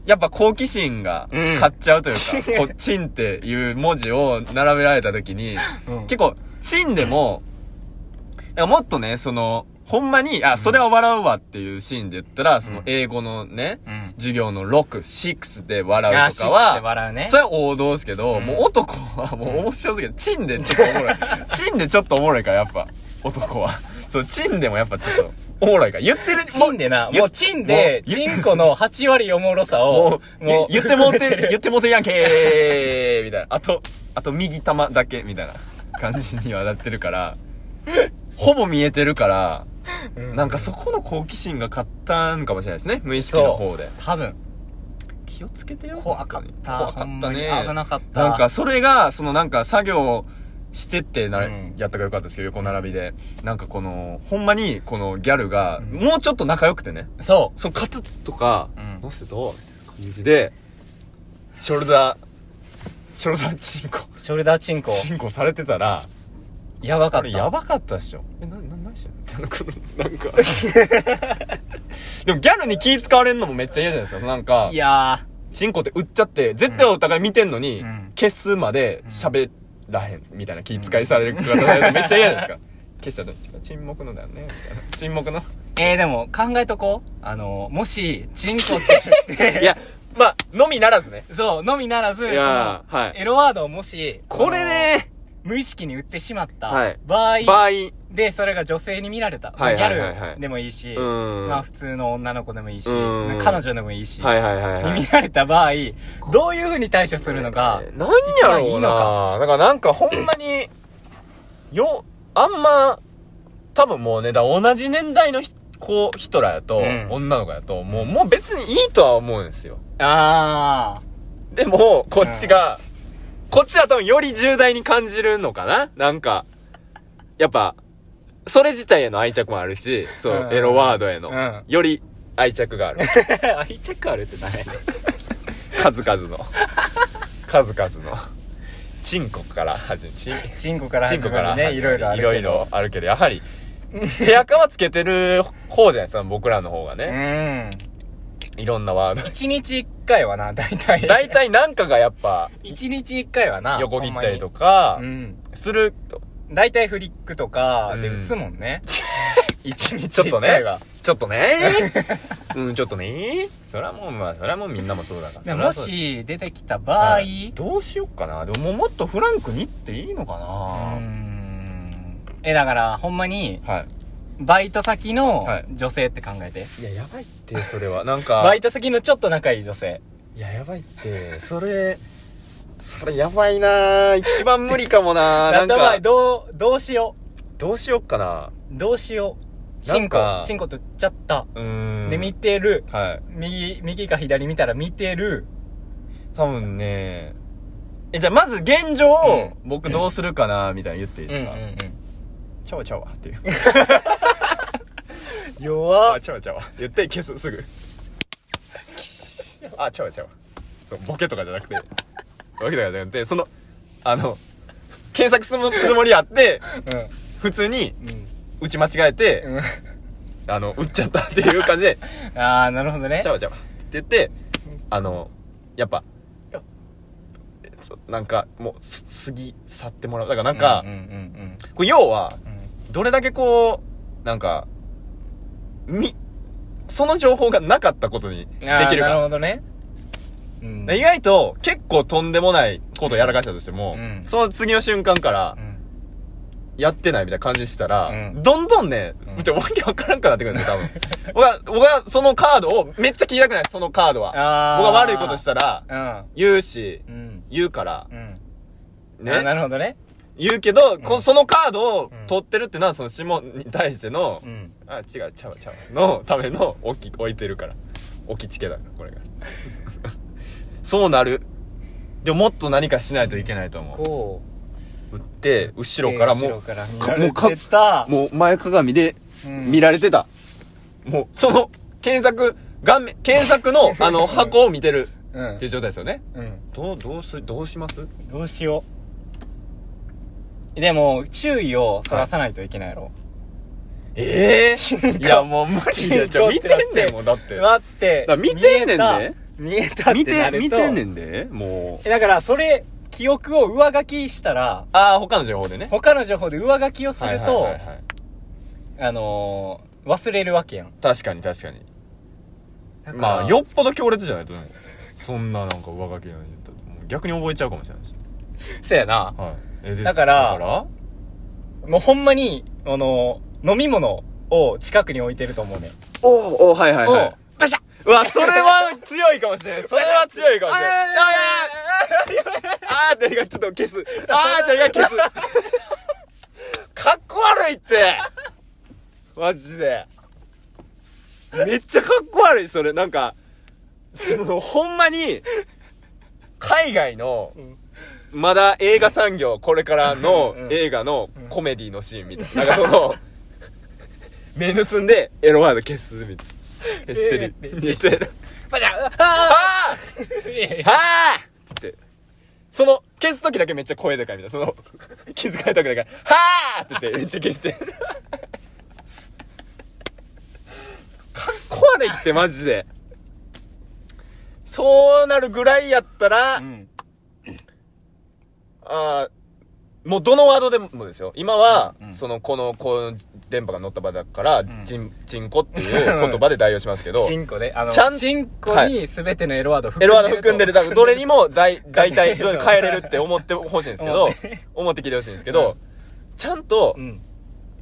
Speaker 2: やっぱ好奇心が
Speaker 1: うん
Speaker 2: 買っちゃう というか、
Speaker 1: チン
Speaker 2: こうチンっていう文字を並べられた時に、
Speaker 1: うん
Speaker 2: 結構、チンでも、なんかもっとね、その、ほんまに、あ、それは笑うわっていうシーンで言ったら、その英語のね、
Speaker 1: うん。
Speaker 2: 授業の6、6で笑うとかは、
Speaker 1: 笑うね
Speaker 2: そ。れは王道ですけど、
Speaker 1: ん
Speaker 2: もう男はもう面白すぎる。チンでちょっとおもろい。チンでちょっとおもろいから、やっぱ、男は。そう、チンでもやっぱちょっと、おもろいから。言ってる、
Speaker 1: チンでな、もうチンで、
Speaker 2: もう
Speaker 1: チンコの8割おもろさを、
Speaker 2: も、う、もう言ってもうてる、言っててもうてるやんけーみたいな。あと、あと右玉だけ、みたいな感じにはなってるから、ほぼ見えてるから、
Speaker 1: うん
Speaker 2: なんかそこの好奇心が勝ったんかもしれないですね。無意識の方で。
Speaker 1: 多分、
Speaker 2: 気をつけてよ。
Speaker 1: 怖かった。
Speaker 2: 怖か
Speaker 1: ほ
Speaker 2: っ
Speaker 1: ん
Speaker 2: た
Speaker 1: まに
Speaker 2: ね。
Speaker 1: 危なかった。
Speaker 2: なんか、それが、そのなんか作業してってな、
Speaker 1: うん
Speaker 2: やったからよかったですけど、横並びで。なんかこの、ほんまに、このギャルが、
Speaker 1: うん
Speaker 2: もうちょっと仲良くてね。
Speaker 1: そ
Speaker 2: そのカツとか
Speaker 1: うん、
Speaker 2: 乗せと、みたいな感じで、ショルダー、ショルダーチンコ、
Speaker 1: う、ショルダーチンコ、
Speaker 2: チンコされてたら、
Speaker 1: やばか
Speaker 2: あ
Speaker 1: った。
Speaker 2: れやばかったっしょ。え、な、な、何してんのなんか、 でもギャルに気使われんのもめっちゃ嫌じゃないですか。なんか
Speaker 1: い、や
Speaker 2: チンコって売っちゃって、絶対お互い見てんのに、
Speaker 1: うん
Speaker 2: 消すまで喋らへん、みたいな気遣いされる方がめっちゃ嫌じゃないですか。 消したと、沈黙のだよね、みたいな。沈黙の。
Speaker 1: ー、えー、でも、考えとこう。あの、もし、チンコって言って、
Speaker 2: いや、まあ、のみならずね。
Speaker 1: そう、のみならず、
Speaker 2: いやー
Speaker 1: その
Speaker 2: はい
Speaker 1: エロワードをもし、
Speaker 2: これね、
Speaker 1: あの、無意識に売ってしまった
Speaker 2: はい
Speaker 1: 場合、
Speaker 2: 場合、
Speaker 1: で、それが女性に見られた。
Speaker 2: はい
Speaker 1: ギ
Speaker 2: はいはいはい
Speaker 1: ャルでもいいし、
Speaker 2: うん
Speaker 1: まあ普通の女の子でもいいし
Speaker 2: うん、
Speaker 1: 彼女でもいいし、
Speaker 2: はいはいはいはい。
Speaker 1: に見られた場合、どういう風に対処するのか、
Speaker 2: 何やろうな。
Speaker 1: 一番いいの
Speaker 2: かだからなんかほんまに、よ、あんま、多分もうね、だから同じ年代のひ子、人らやと、
Speaker 1: うん
Speaker 2: 女の子やと、もう、もう別にいいとは思うんですよ。
Speaker 1: あ
Speaker 2: でも、こっちが、こっちは多分より重大に感じるのかななんか、やっぱ、それ自体への愛着もあるし、そうう、
Speaker 1: ん
Speaker 2: エロワードへの、
Speaker 1: うん
Speaker 2: より愛着がある。
Speaker 1: あ。 愛着あるってない
Speaker 2: 数々の、数々の、チンコから始め、チン、
Speaker 1: チンコから
Speaker 2: チ
Speaker 1: 始
Speaker 2: ン
Speaker 1: ま
Speaker 2: コから
Speaker 1: るね、いろいろあるけ
Speaker 2: い
Speaker 1: ど。
Speaker 2: ろいろあるけど、やはり、手垢はつけてる方じゃないですか、僕らの方が
Speaker 1: う
Speaker 2: ね。
Speaker 1: ん。
Speaker 2: いろんなワード。
Speaker 1: 一日一回はな、大体。
Speaker 2: 大体なんかがやっ ぱ、
Speaker 1: 一日一回はな、
Speaker 2: 横切ったりと
Speaker 1: か。
Speaker 2: か
Speaker 1: う、ん。
Speaker 2: すると。
Speaker 1: 大体フリックとかで
Speaker 2: うん
Speaker 1: 打つもん ね。一日
Speaker 2: ちょっ
Speaker 1: 一
Speaker 2: と
Speaker 1: 回
Speaker 2: ね
Speaker 1: は。。
Speaker 2: ちょっとね。うん、ちょっとね。そりゃもう、まあ、そりゃもうみんなもそうだから。
Speaker 1: で
Speaker 2: そりゃ
Speaker 1: も
Speaker 2: そう、
Speaker 1: し出てきた場合、
Speaker 2: はいどうしよっかな。でも、もっとフランクにっていいのか
Speaker 1: うー
Speaker 2: なん
Speaker 1: え、だから、ほんまに、
Speaker 2: は
Speaker 1: バイト先の
Speaker 2: はい
Speaker 1: 女性って考えて。
Speaker 2: い。いや、やばいって、それ は。なんか
Speaker 1: バイト先のちょっと仲いい女性。
Speaker 2: いや、やばいって、それ、それやばいなぁ一番無理かもなぁ
Speaker 1: な
Speaker 2: なん
Speaker 1: んだ場
Speaker 2: か
Speaker 1: 合、、どう、どうしよ
Speaker 2: どうしよっかな
Speaker 1: う。どうしよう。
Speaker 2: な
Speaker 1: チ
Speaker 2: ん
Speaker 1: ン
Speaker 2: か
Speaker 1: コ、チンコと言っちゃった。
Speaker 2: うーん。
Speaker 1: で、見てる。
Speaker 2: はい。
Speaker 1: 右、右か左見たら見てる。
Speaker 2: 多分ねえ、じゃあまず現状、
Speaker 1: うん
Speaker 2: 僕どうするかなみたいな言っていいで
Speaker 1: う
Speaker 2: す
Speaker 1: んうん
Speaker 2: か、
Speaker 1: うん。
Speaker 2: ちゃわちゃわっていう。
Speaker 1: 弱
Speaker 2: あ、
Speaker 1: っ。
Speaker 2: ちゃわちゃわ。言って消す、すぐ。あ、ちゃわちゃわ。そうボケとかじゃなくて、ボケとかじゃなくて、その、あの、検索するするもりあって、普通に
Speaker 1: うん。
Speaker 2: 打ち間違えて、
Speaker 1: うん。
Speaker 2: あの、打っちゃったっていう感じで、
Speaker 1: あー、なるほどね
Speaker 2: ちゃ。わちゃわって言って、あの、やっぱ、えそなんか、もう、す、過ぎ去ってもらう。だからなんか、
Speaker 1: うんうんうん
Speaker 2: こう要は、
Speaker 1: うんうん。
Speaker 2: どれだけこう、なんか、み、その情報がなかったことにでき
Speaker 1: あー
Speaker 2: る
Speaker 1: なる
Speaker 2: か
Speaker 1: ほどね。うん
Speaker 2: ら。意外と、結構とんでもないことをやらかしたとしても、
Speaker 1: うん
Speaker 2: その次の瞬間から
Speaker 1: う、ん
Speaker 2: やってないみたいな感じしたら、
Speaker 1: うん
Speaker 2: どんどんね、
Speaker 1: うん
Speaker 2: ちょわけわからんくなってくるんですよ、多分。 僕は、僕はそのカードを、めっちゃ聞きたくないです、そのカードは。
Speaker 1: あー
Speaker 2: 僕は悪いことしたら、
Speaker 1: うん。
Speaker 2: 言うし、
Speaker 1: うん。
Speaker 2: 言うから、
Speaker 1: うん。あな
Speaker 2: ね。
Speaker 1: るほどね。
Speaker 2: 言うけど、
Speaker 1: う
Speaker 2: こ
Speaker 1: ん
Speaker 2: そのカードを
Speaker 1: うん
Speaker 2: 取ってるってのは、その指紋に対しての、
Speaker 1: うん。
Speaker 2: あ、違う、ちゃうちゃう、のための置き、置いてるから。置きつけだから、これが。 そうなる。でももっと何かしないといけないと思
Speaker 1: こ
Speaker 2: う。打って、後ろからも
Speaker 1: 後ろ
Speaker 2: う、
Speaker 1: から見
Speaker 2: から
Speaker 1: れてた。
Speaker 2: もう前鏡で
Speaker 1: うん
Speaker 2: 見られてた。もう、その、検索、画面、検索 の、あの、箱を見てる
Speaker 1: う。
Speaker 2: っていうん状態ですよね。
Speaker 1: うん。
Speaker 2: どう、どうす、どうします
Speaker 1: どうしよう。でも、注意をそらさないといけないやろ。
Speaker 2: ええ
Speaker 1: ー
Speaker 2: いや、もう無理だよ。ちょ、見てんねんもん、だって。
Speaker 1: 待って。
Speaker 2: だから見てんねんで
Speaker 1: 見えた。見えたってなると。
Speaker 2: んで、もう。
Speaker 1: え。だから、それ、記憶を上書きしたら、
Speaker 2: ああ、他の情報でね。
Speaker 1: 他の情報で上書きをすると
Speaker 2: はいはい、はいはい
Speaker 1: あのー、忘れるわけやん。
Speaker 2: 確かに確かに。
Speaker 1: だから
Speaker 2: まあ、よっぽど強烈じゃないとね。そんななんか上書きなんて言ったらもう逆に覚えちゃうかもしれないし。
Speaker 1: そうやな。
Speaker 2: はい。えで
Speaker 1: だから
Speaker 2: だから
Speaker 1: もうほんまに、あのー、飲み物を近くに置いてると思うね。
Speaker 2: おうおうはいはいは
Speaker 1: を
Speaker 2: い。、
Speaker 1: バシャ
Speaker 2: うわ、それは強いかもしれない。それは強いかもしれない。あーってがちょっと消す。あーってが消す。かっこ悪いって。マジで。めっちゃかっこ悪い、それ。なんか、その、ほんまに、海外の、まだ映画産業、これからの
Speaker 1: うん
Speaker 2: 映画のコメディのシーンみたいな。なんかその、目盗んでエロワード消すみたいな。消してる。消してる。
Speaker 1: バシャ
Speaker 2: あ
Speaker 1: あ
Speaker 2: ー
Speaker 1: ーいやいや
Speaker 2: はあつって、その、消すときだけめっちゃ声でかいみたいな、その、 気遣いときだけ、はあって言って、めっちゃ消して。かっこ悪いって、マジで。そうなるぐらいやったら、
Speaker 1: うん。
Speaker 2: あーもうどのワードでもですよ。今は、
Speaker 1: うんうん
Speaker 2: その、この、この電波が乗った場だから、
Speaker 1: ん
Speaker 2: ち、ん、ちんこって いう言葉で代用しますけど、
Speaker 1: チンコで、あの、
Speaker 2: ちゃん
Speaker 1: チンコに全てのエロワード含
Speaker 2: エ
Speaker 1: んで
Speaker 2: ロ
Speaker 1: る
Speaker 2: ワ
Speaker 1: と。
Speaker 2: ード含んでる、だからどれにも 大、大体、
Speaker 1: そう
Speaker 2: 変えれるって思ってほしいんですけど
Speaker 1: 思って、
Speaker 2: 思って聞いてほしいんですけど、ちゃんと
Speaker 1: う、ん。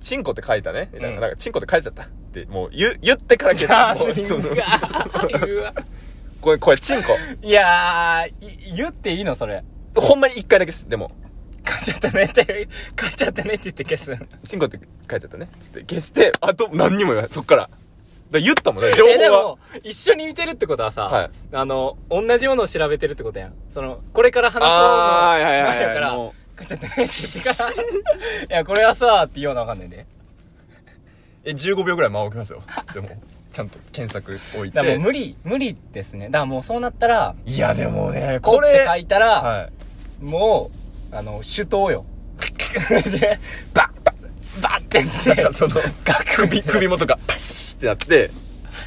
Speaker 2: チンコって書いたね。みたい
Speaker 1: うん
Speaker 2: な。なんか、チンコって書いちゃった。って、もう、言う、言ってから消す。もうその
Speaker 1: うわ
Speaker 2: これ、これ、チンコ。
Speaker 1: いやー、い言っていいのそれ。
Speaker 2: ほんまに一回だけです。でも、
Speaker 1: 書いちゃったねって、書いちゃったねって言って消す。
Speaker 2: チンコって書いちゃったね。つって消して、あと、何にも言わない。そっから。だから言ったもんね、情報
Speaker 1: え、で
Speaker 2: は
Speaker 1: も。、一緒に見てるってことはさ、
Speaker 2: はい
Speaker 1: あの、同じものを調べてるってことやん。その、これから話そうの
Speaker 2: あーはいはいはい
Speaker 1: 前やから
Speaker 2: も、
Speaker 1: 書いちゃったねって言ってから、いや、これはさ、って言わなあかんねんで。
Speaker 2: え、15秒ぐらい間を置きますよ。でも、ちゃんと検索置い
Speaker 1: だからもう
Speaker 2: て。
Speaker 1: 無理、無理ですね。だからもうそうなったら、
Speaker 2: いや、でもね、
Speaker 1: こ
Speaker 2: こ
Speaker 1: って
Speaker 2: れ、
Speaker 1: 書いたら、
Speaker 2: はい。
Speaker 1: もう、あの、手刀 よ。でバッバッバッってやって、
Speaker 2: なんかその 首、首元が、パシッってなって、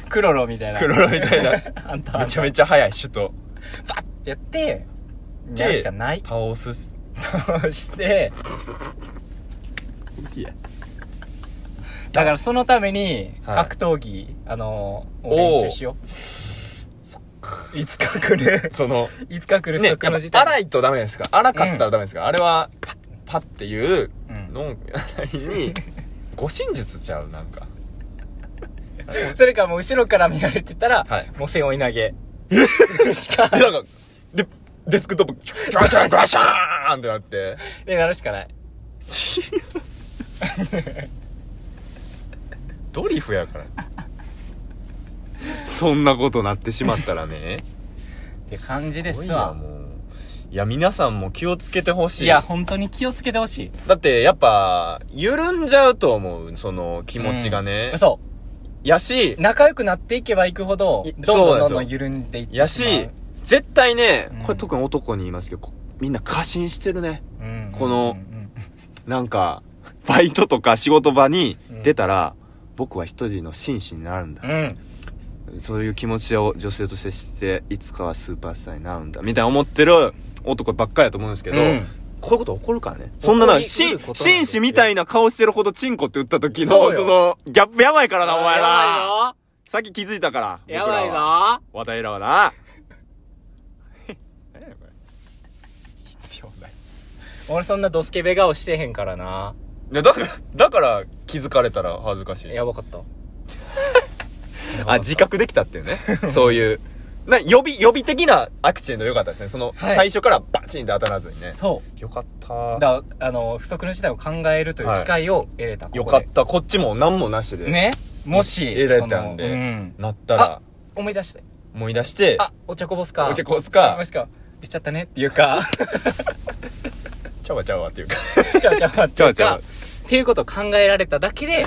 Speaker 1: クロロみたいな。
Speaker 2: クロロみたいな
Speaker 1: あんた、
Speaker 2: めちゃめちゃ速い、首都。
Speaker 1: バッってやって、やるしかない。
Speaker 2: 倒す。
Speaker 1: 倒して、
Speaker 2: いや。
Speaker 1: だからそのために、
Speaker 2: はい
Speaker 1: 格闘技、あの、
Speaker 2: おー
Speaker 1: 練習しよう。いつか来る。
Speaker 2: その、
Speaker 1: いつか来る
Speaker 2: ね、やっ
Speaker 1: 即
Speaker 2: ぱ
Speaker 1: の時点。
Speaker 2: 荒いとダメですか荒かったらダメですか、あれは、パッ、パッっていう、
Speaker 1: うん
Speaker 2: のん、荒いに、護身術ちゃう、なんか。
Speaker 1: それかもう後ろから見られてたら、
Speaker 2: はい
Speaker 1: もう背負い投 げ。しか
Speaker 2: で、、なんか、で、デスクトップ、キャンキャンキャンシャーンってなって、
Speaker 1: で、なるしかない。
Speaker 2: ドリフやから。そんなことなってしまったらね。
Speaker 1: って感じです
Speaker 2: ごいな
Speaker 1: わ。
Speaker 2: もういや、皆さんも気をつけてほしい。
Speaker 1: いや、本当に気をつけてほしい。
Speaker 2: だって、やっぱ、緩んじゃうと思う、その、気持ちがね。
Speaker 1: そ
Speaker 2: やし
Speaker 1: う。、仲良くなっていけばいくほど
Speaker 2: い、
Speaker 1: どんどんどん
Speaker 2: そう
Speaker 1: ど
Speaker 2: な
Speaker 1: ん
Speaker 2: んですよ
Speaker 1: 緩んでいって
Speaker 2: や
Speaker 1: し
Speaker 2: し、絶対ね
Speaker 1: うん、
Speaker 2: これ特に男に言いますけど、こみんな過信してるね。
Speaker 1: まう。うん
Speaker 2: この
Speaker 1: うんうん
Speaker 2: なんか、バイトとか仕事場に出たら、僕は一人の紳士になるんだ
Speaker 1: う。ん。
Speaker 2: そういう気持ちを女性としてして、いつかはスーパースターになるんだ。みたいな思ってる男ばっかりだと思うんですけど、
Speaker 1: うん
Speaker 2: こういうこと起こるからね。そんなな、
Speaker 1: 起こりうる
Speaker 2: 紳
Speaker 1: ことなんですよ
Speaker 2: 紳士みたいな顔してるほどチンコって打った時
Speaker 1: そ
Speaker 2: の、
Speaker 1: う
Speaker 2: そ
Speaker 1: よ
Speaker 2: の、ギャップやばいからな、お前ら。
Speaker 1: や
Speaker 2: さっき気づいたか
Speaker 1: ば
Speaker 2: ら。
Speaker 1: いぞやばい
Speaker 2: 僕らは
Speaker 1: ぞ
Speaker 2: 話題らはな。
Speaker 1: 必要ない。俺そんなドスケベ顔してへんからな。
Speaker 2: いや、だから、だから気づかれたら恥ずかしい。
Speaker 1: やばかった。
Speaker 2: あ、自覚できたって いうね。そういう。な、予備、予備的なアクシデント良かったですね。その、
Speaker 1: はい
Speaker 2: 最初からバチンって当たらずにね。
Speaker 1: そ
Speaker 2: よかった
Speaker 1: う。だから、あの、不測の事態を考えるという機会を得れた。
Speaker 2: よかっ
Speaker 1: こ
Speaker 2: た。こっちも何もなし
Speaker 1: こ
Speaker 2: で。
Speaker 1: で。ねもし、
Speaker 2: 得られたん
Speaker 1: そのう
Speaker 2: で
Speaker 1: ん。
Speaker 2: なったら
Speaker 1: あ、思い出して。
Speaker 2: 思い出して、
Speaker 1: あ、お茶こぼすか。
Speaker 2: お茶こぼす
Speaker 1: あ
Speaker 2: か
Speaker 1: もしか、言っちゃったねっていうか。
Speaker 2: ちゃわちゃわっていうか。
Speaker 1: ちゃうちゃう
Speaker 2: ちゃうちゃう
Speaker 1: っていうことを考えられただけで、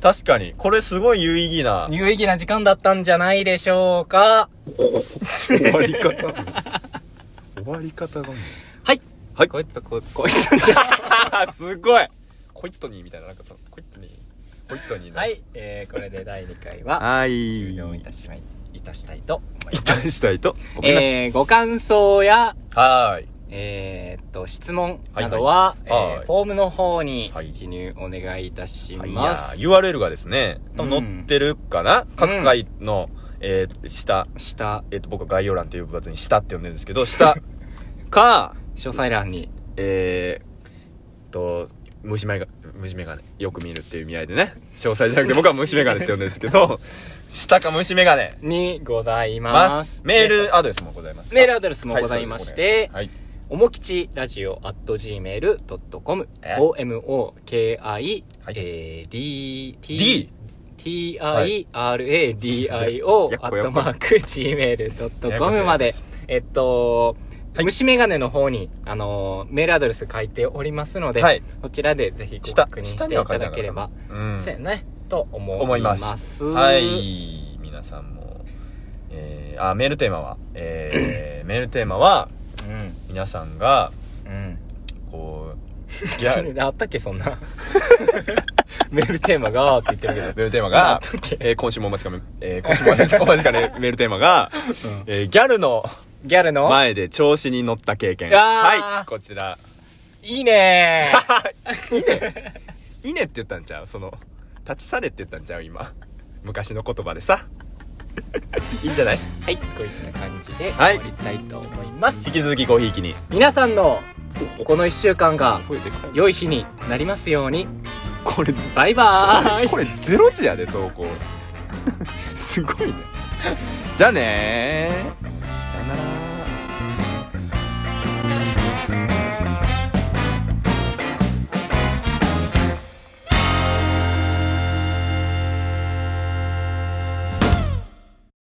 Speaker 2: 確かに。これすごい有意義な
Speaker 1: 有意義な時間だったんじゃないでしょうか。
Speaker 2: 終わり方。終わり方がも
Speaker 1: はい。
Speaker 2: はい
Speaker 1: こいつとこ、こいつと。
Speaker 2: う。 すごいコイットニーみたいな、なんかその、コイットニー。コイットニーの
Speaker 1: は。い。えー、これで第2回は、
Speaker 2: はい。
Speaker 1: 終了いたしまい、いたしたいと思い
Speaker 2: 一旦したいと思います。
Speaker 1: えー、ご感想や、
Speaker 2: はーい。
Speaker 1: えー、っと、質問などは、
Speaker 2: はいはい
Speaker 1: えー
Speaker 2: はい
Speaker 1: フォームの方に
Speaker 2: はい
Speaker 1: 記入お願いいたし
Speaker 2: い
Speaker 1: ま
Speaker 2: や
Speaker 1: す。
Speaker 2: ー URL がですね、多分載ってるかな、各回の、えー、下、
Speaker 1: 下、
Speaker 2: えっ、と、僕は概要欄という部分に下って呼んでるんで すけど、下か、
Speaker 1: 詳細欄に。
Speaker 2: えー、と、虫眼鏡虫眼鏡よく見るっていう意味合いでね詳細じ ゃなくて僕は虫眼鏡って呼んでるんですけどしたか虫眼鏡
Speaker 1: にござい
Speaker 2: ま
Speaker 1: ますす。
Speaker 2: メールアドレスもございます
Speaker 1: メールアドレスもございまして、
Speaker 2: はい
Speaker 1: おもきちラジオ at gmail.com
Speaker 2: え
Speaker 1: omoki
Speaker 2: はい
Speaker 1: えー d
Speaker 2: D
Speaker 1: t t i r a d i o
Speaker 2: やっ
Speaker 1: アッ
Speaker 2: こや
Speaker 1: ト
Speaker 2: っこ
Speaker 1: マーク
Speaker 2: ややこしい
Speaker 1: gmail.com までえっと虫眼鏡の方に、あのーメールアドレス書いておりますので、
Speaker 2: はい
Speaker 1: そちらでぜひご
Speaker 2: 下
Speaker 1: 確認し
Speaker 2: 下
Speaker 1: て
Speaker 2: に
Speaker 1: い
Speaker 2: は
Speaker 1: た
Speaker 2: 書いて
Speaker 1: だ
Speaker 2: なかった
Speaker 1: ければ、
Speaker 2: うん
Speaker 1: せやね、と思います。
Speaker 2: 思いますはい皆さんもえー、あメールテーマは えー、メールテーマは
Speaker 1: うん。
Speaker 2: 皆さんが
Speaker 1: うん。
Speaker 2: こうい
Speaker 1: い
Speaker 2: や
Speaker 1: や
Speaker 2: メ、
Speaker 1: あったっけ、そんな。メールテーマが、って言ってる
Speaker 2: ールテーマ
Speaker 1: あ
Speaker 2: が
Speaker 1: ったっけ、
Speaker 2: えー、今週もお待ちかね、えー、今週もお待ちかねお待ちか ねメールテーマが、えー、ギャルの
Speaker 1: けど。ギャルの、
Speaker 2: 前で調子に乗った経験
Speaker 1: あー
Speaker 2: はいこちら
Speaker 1: いいねー
Speaker 2: いいね いいねって言ったんちゃうその立ち去れって言ったんちゃう今昔の言葉で さいいんじゃない
Speaker 1: はい、こういった感じで
Speaker 2: はい
Speaker 1: 終わりたいと思います。
Speaker 2: 引き続きコーヒー機に
Speaker 1: 皆さんの、この一週間が、良い日になりますように。
Speaker 2: これ
Speaker 1: バイバーイ
Speaker 2: これ ゼロ時やで投稿すごいねじゃあねー